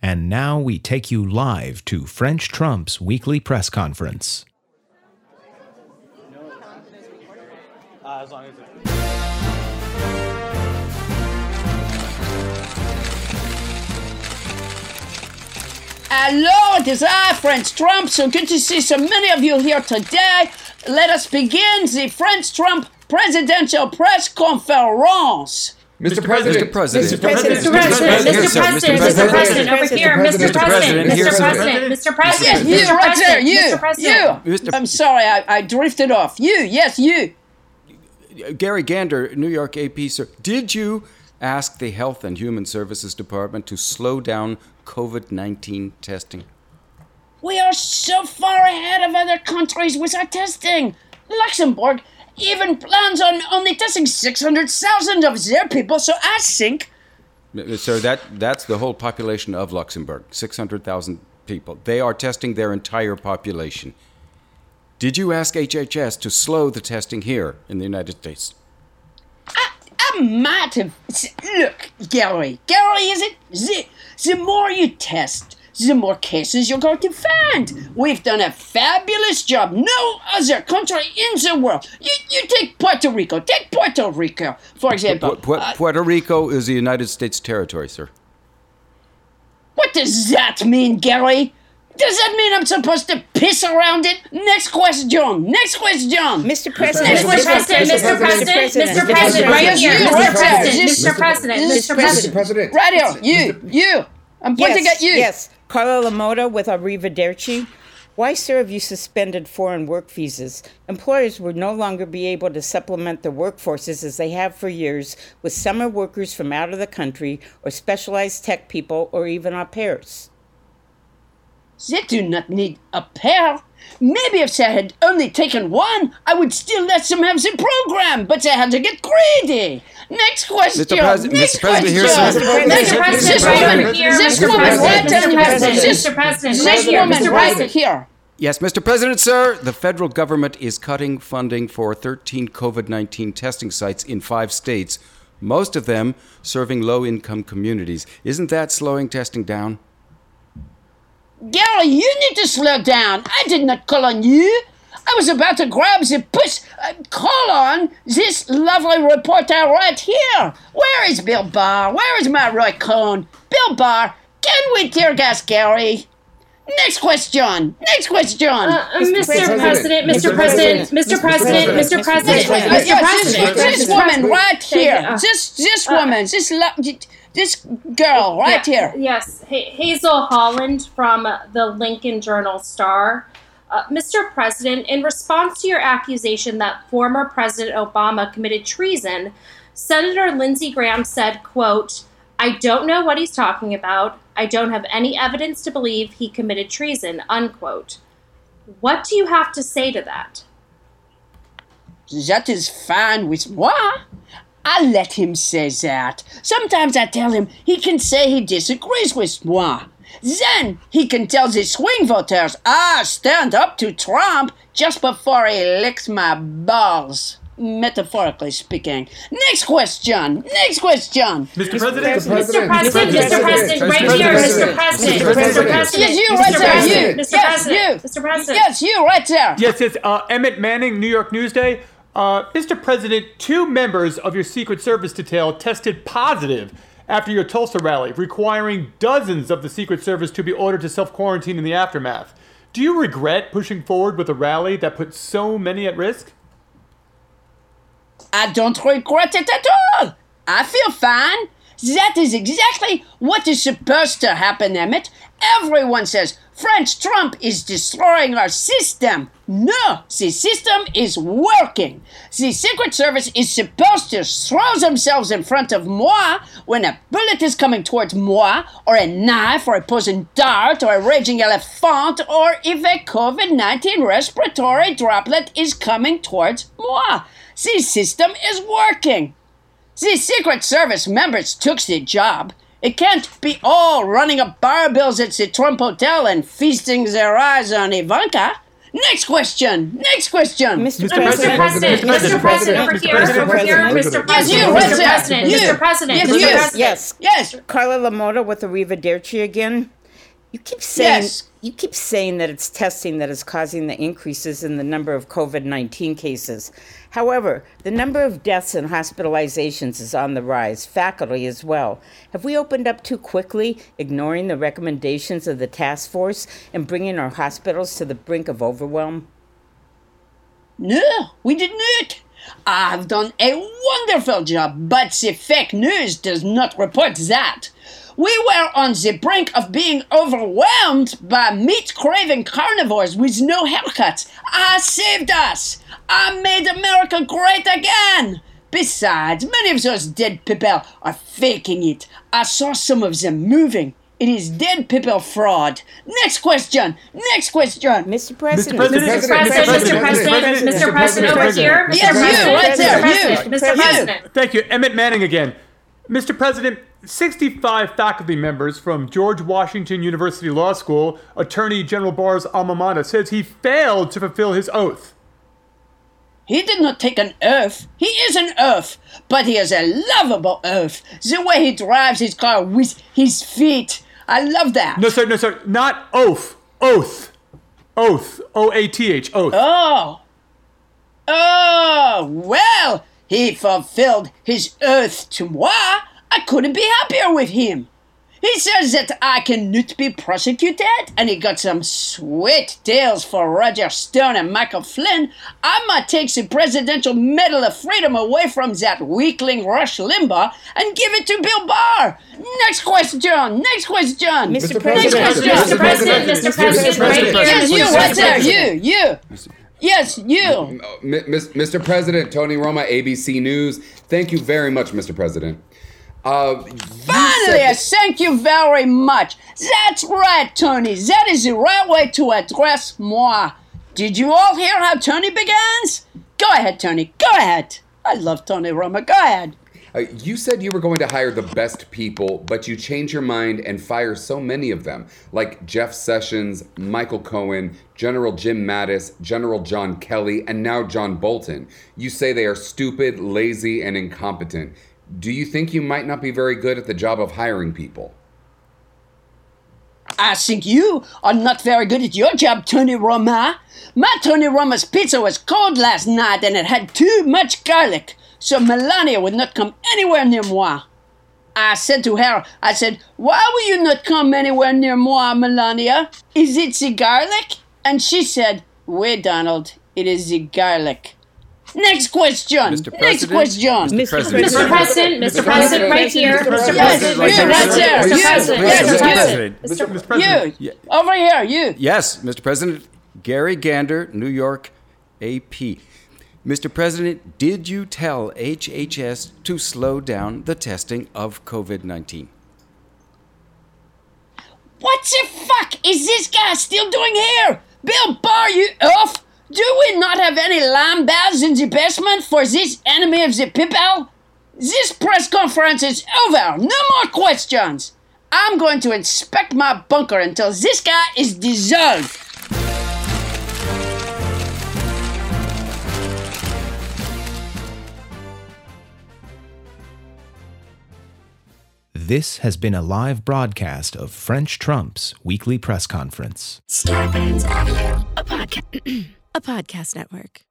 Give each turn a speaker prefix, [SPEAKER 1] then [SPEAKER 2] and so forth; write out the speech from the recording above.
[SPEAKER 1] And now we take you live to French Trump's weekly press conference.
[SPEAKER 2] Uh, as long as it's.
[SPEAKER 3] Hello, it is I, French Trump. So good to see so many of you here today. Let us begin the French Trump presidential press conference.
[SPEAKER 4] Mr. President.
[SPEAKER 5] Mr. President.
[SPEAKER 6] Mr. President, Mr. President, Mr. President, over here, Mr. President, Mr. President, Mr. President,
[SPEAKER 3] You,
[SPEAKER 6] Mr.
[SPEAKER 3] right there,
[SPEAKER 6] President,
[SPEAKER 3] you,
[SPEAKER 6] Mr. President.
[SPEAKER 3] you.
[SPEAKER 5] Mr.
[SPEAKER 3] I'm sorry, I, I drifted off. You, yes, you.
[SPEAKER 5] Gary Gander, New York AP, sir, did you ask the Health and Human Services Department to slow down COVID 19 testing?
[SPEAKER 3] We are so far ahead of other countries with our testing. Luxembourg even plans on only testing 600,000 of their people, so I think
[SPEAKER 5] M- Uh, Sir, that, that's the whole population of Luxembourg, 600,000 people. They are testing their entire population. Did you ask HHS to slow the testing here in the United States?
[SPEAKER 3] I might have. s- Look, Gary. Gary, is it? The, the more you test, the more cases you're going to find. We've done a fabulous job. No other country in the world. You, you take Puerto Rico. Take Puerto Rico, for example.
[SPEAKER 5] Pu- Pu-
[SPEAKER 3] Uh,
[SPEAKER 5] Puerto Rico is a United States territory, sir.
[SPEAKER 3] what does that mean, Gary? Does that mean I'm supposed to piss around it? Next question. Next question.
[SPEAKER 7] Mr. President,
[SPEAKER 6] Mr. President, Mr. President, Mr. President, right here, Mr. President, Mr. President, Mr.
[SPEAKER 4] Mr.
[SPEAKER 6] President.
[SPEAKER 4] President.
[SPEAKER 3] right here. You. You. I'm pointing
[SPEAKER 7] yes,
[SPEAKER 3] at you.
[SPEAKER 7] Yes, Carla Lamoda with Arrivederci. Why, sir, have you suspended foreign work visas? Employers will no longer be able to supplement their workforces as they have for years with summer workers from out of the country or specialized tech people or even au pairs.
[SPEAKER 3] They do not need a pair. Maybe if they had only taken one, I would still let them have the program, but they had to get greedy. Next question.
[SPEAKER 5] Mr. President-
[SPEAKER 3] Next
[SPEAKER 5] Mr. President,
[SPEAKER 3] question.
[SPEAKER 5] here's some-
[SPEAKER 3] Next
[SPEAKER 6] Mr. President,
[SPEAKER 3] This
[SPEAKER 6] right
[SPEAKER 3] woman,
[SPEAKER 6] here,
[SPEAKER 3] this
[SPEAKER 6] Mr.
[SPEAKER 3] woman right
[SPEAKER 6] President,
[SPEAKER 3] there,
[SPEAKER 6] Mr. President,
[SPEAKER 3] this-
[SPEAKER 6] Mr. President, right
[SPEAKER 3] This
[SPEAKER 6] here,
[SPEAKER 3] woman
[SPEAKER 6] Mr.
[SPEAKER 3] right
[SPEAKER 6] President.
[SPEAKER 3] here.
[SPEAKER 5] Yes, Mr. President, sir, the federal government is cutting funding for 13 COVID 19 testing sites in five states, most of them serving low income communities. Isn't that slowing testing down?
[SPEAKER 3] Gary, you need to slow down. I did not call on you. I was about to grab the push, uh, call on this lovely reporter right here. Where is Bill Barr? Where is my Roy Cohn? Bill Barr, can we tear gas Gary? Next question. Next question.
[SPEAKER 6] Uh, Mr. President, Mr. President, Mr. President, Mr. President,
[SPEAKER 3] Uh, yes,
[SPEAKER 6] Mr. President,
[SPEAKER 3] this, this
[SPEAKER 6] Mr.
[SPEAKER 3] woman right
[SPEAKER 6] Thank you.
[SPEAKER 3] here.
[SPEAKER 6] Uh,
[SPEAKER 3] This this woman. This lo- this girl right
[SPEAKER 6] Yeah,
[SPEAKER 3] here.
[SPEAKER 6] Yes, Ha- Hazel Holland from the Lincoln Journal Star. Uh, Mr. President, in response to your accusation that former President Obama committed treason, Senator Lindsey Graham said, quote, I don't know what he's talking about. I don't have any evidence to believe he committed treason, unquote. What do you have to say to that?
[SPEAKER 3] That is fine with moi. I let him say that. Sometimes I tell him he can say he disagrees with moi. Then he can tell the swing voters, I stand up to Trump just before he licks my balls. Metaphorically speaking. Next question. Next question.
[SPEAKER 2] Mr. President?
[SPEAKER 6] Mr. President, Mr. President, right here, Mr. President, Mr. President.
[SPEAKER 3] Yes, you
[SPEAKER 6] Mr.
[SPEAKER 3] right there. You.
[SPEAKER 6] President, Mr.
[SPEAKER 3] Yes,
[SPEAKER 6] President,
[SPEAKER 3] you.
[SPEAKER 6] Mr. President.
[SPEAKER 3] Yes, you right there.
[SPEAKER 2] Yes, yes. Uh, Emmett Manning, New York Newsday. Uh, Mr. President, two members of your Secret Service detail tested positive after your Tulsa rally, requiring dozens of the Secret Service to be ordered to self quarantine in the aftermath. Do you regret pushing forward with a rally that put so many at risk?
[SPEAKER 3] I don't regret it at all. I feel fine. That is exactly what is supposed to happen, Emmett. Everyone says French Trump is destroying our system. No, the system is working. The Secret Service is supposed to throw themselves in front of moi when a bullet is coming towards moi, or a knife, or a poison dart, or a raging elephant, or if a COVID 19 respiratory droplet is coming towards moi. The system is working. The Secret Service members took the job. It can't be all running up barbells at the Trump Hotel and feasting their eyes on Ivanka. Next question. Next question.
[SPEAKER 7] Mr.
[SPEAKER 6] Mr. President,
[SPEAKER 7] President.
[SPEAKER 6] Mr. President, over here, over here, Mr. President, Mr. President, Mr. President,
[SPEAKER 3] Yes,
[SPEAKER 6] Mr.
[SPEAKER 3] you.
[SPEAKER 6] President.
[SPEAKER 7] Yes.
[SPEAKER 3] Yes.
[SPEAKER 7] Carla Lamoda with Arriva Derci again. You keep saying
[SPEAKER 3] Yes.
[SPEAKER 7] you keep saying that it's testing that is causing the increases in the number of COVID nineteen cases. However, the number of deaths and hospitalizations is on the rise, faculty as well. Have we opened up too quickly, ignoring the recommendations of the task force and bringing our hospitals to the brink of overwhelm?
[SPEAKER 3] No, we did not. I've done a wonderful job, but the fake news does not report that. We were on the brink of being overwhelmed by meat craving carnivores with no haircuts. I saved us. I made America great again. Besides, many of those dead people are faking it. I saw some of them moving. It is dead people fraud. Next question. Next question.
[SPEAKER 7] Mr. President,
[SPEAKER 2] President,
[SPEAKER 6] Mr. President, Mr. President, Mr. President, over here, Mr.
[SPEAKER 3] Yes, you, right there,
[SPEAKER 6] President,
[SPEAKER 3] you.
[SPEAKER 6] Mr. President, Mr. President.
[SPEAKER 2] Thank you, Emmett Manning again. Mr. President, 65 faculty members from George Washington University Law School, Attorney General Barr's alma mater, says he failed to fulfill his oath.
[SPEAKER 3] He did not take an oath. He is an oath, but he is a lovable oath. The way he drives his car with his feet. I love that.
[SPEAKER 2] No, sir, no, sir, not oath, oath, oath, O A T H, oath.
[SPEAKER 3] Oh. Oh, well, he fulfilled his oath to moi. I couldn't be happier with him. He says that I cannot be prosecuted, and he got some sweet deals for Roger Stone and Michael Flynn. I might take the Presidential Medal of Freedom away from that weakling Rush Limbaugh and give it to Bill Barr. Next question. Next question.
[SPEAKER 7] Mr.
[SPEAKER 3] Next
[SPEAKER 7] President,
[SPEAKER 3] question.
[SPEAKER 6] Mr. President, Mr. President, right here,
[SPEAKER 3] Yes, you,
[SPEAKER 6] Mr.
[SPEAKER 3] right there.
[SPEAKER 6] President.
[SPEAKER 3] You, you. Yes, you.
[SPEAKER 4] M- Mis- Mr. President, Tony Roma, ABC News. Thank you very much, Mr. President. Uh, you
[SPEAKER 3] Finally,
[SPEAKER 4] said-
[SPEAKER 3] thank you very much. That's right, Tony. That is the right way to address moi. Did you all hear how Tony begins? Go ahead, Tony. Go ahead. I love Tony Roma. Go ahead.
[SPEAKER 4] uh, you said you were going to hire the best people, but you change your mind and fire so many of them, like Jeff Sessions, Michael Cohen, General Jim Mattis, General John Kelly, and now John Bolton. You say they are stupid, lazy, and incompetent. Do you think you might not be very good at the job of hiring people?
[SPEAKER 3] I think you are not very good at your job, Tony Roma. My Tony Roma's pizza was cold last night and it had too much garlic, so Melania would not come anywhere near moi. I said to her, I said, Why will you not come anywhere near moi, Melania? Is it the garlic? And she said, Wait, Donald, it is the garlic. Next question.
[SPEAKER 5] Mr.
[SPEAKER 3] Next
[SPEAKER 5] President,
[SPEAKER 3] question.
[SPEAKER 5] Mr. President.
[SPEAKER 6] Mr. President, Mr. President, right here.
[SPEAKER 3] Yes, you,
[SPEAKER 6] Mr. President, right here.
[SPEAKER 3] right there.
[SPEAKER 6] Mr.
[SPEAKER 3] You,
[SPEAKER 6] President,
[SPEAKER 3] yes,
[SPEAKER 6] Mr.
[SPEAKER 3] you.
[SPEAKER 6] President.
[SPEAKER 2] Mr. Mr.
[SPEAKER 3] You,
[SPEAKER 2] President.
[SPEAKER 3] over here, you.
[SPEAKER 5] Yes, Mr. President. Gary Gander, New York AP. Mr. President, did you tell HHS to slow down the testing of COVID 19?
[SPEAKER 3] What the fuck is this guy still doing here? Bill Barr, you off? Do we not have any lambas in the basement for this enemy of the people? This press conference is over. No more questions. I'm going to inspect my bunker until this guy is dissolved.
[SPEAKER 1] This has been a live broadcast of French Trump's weekly press conference.
[SPEAKER 8] Scarpins Avenue, a podcast, a podcast network.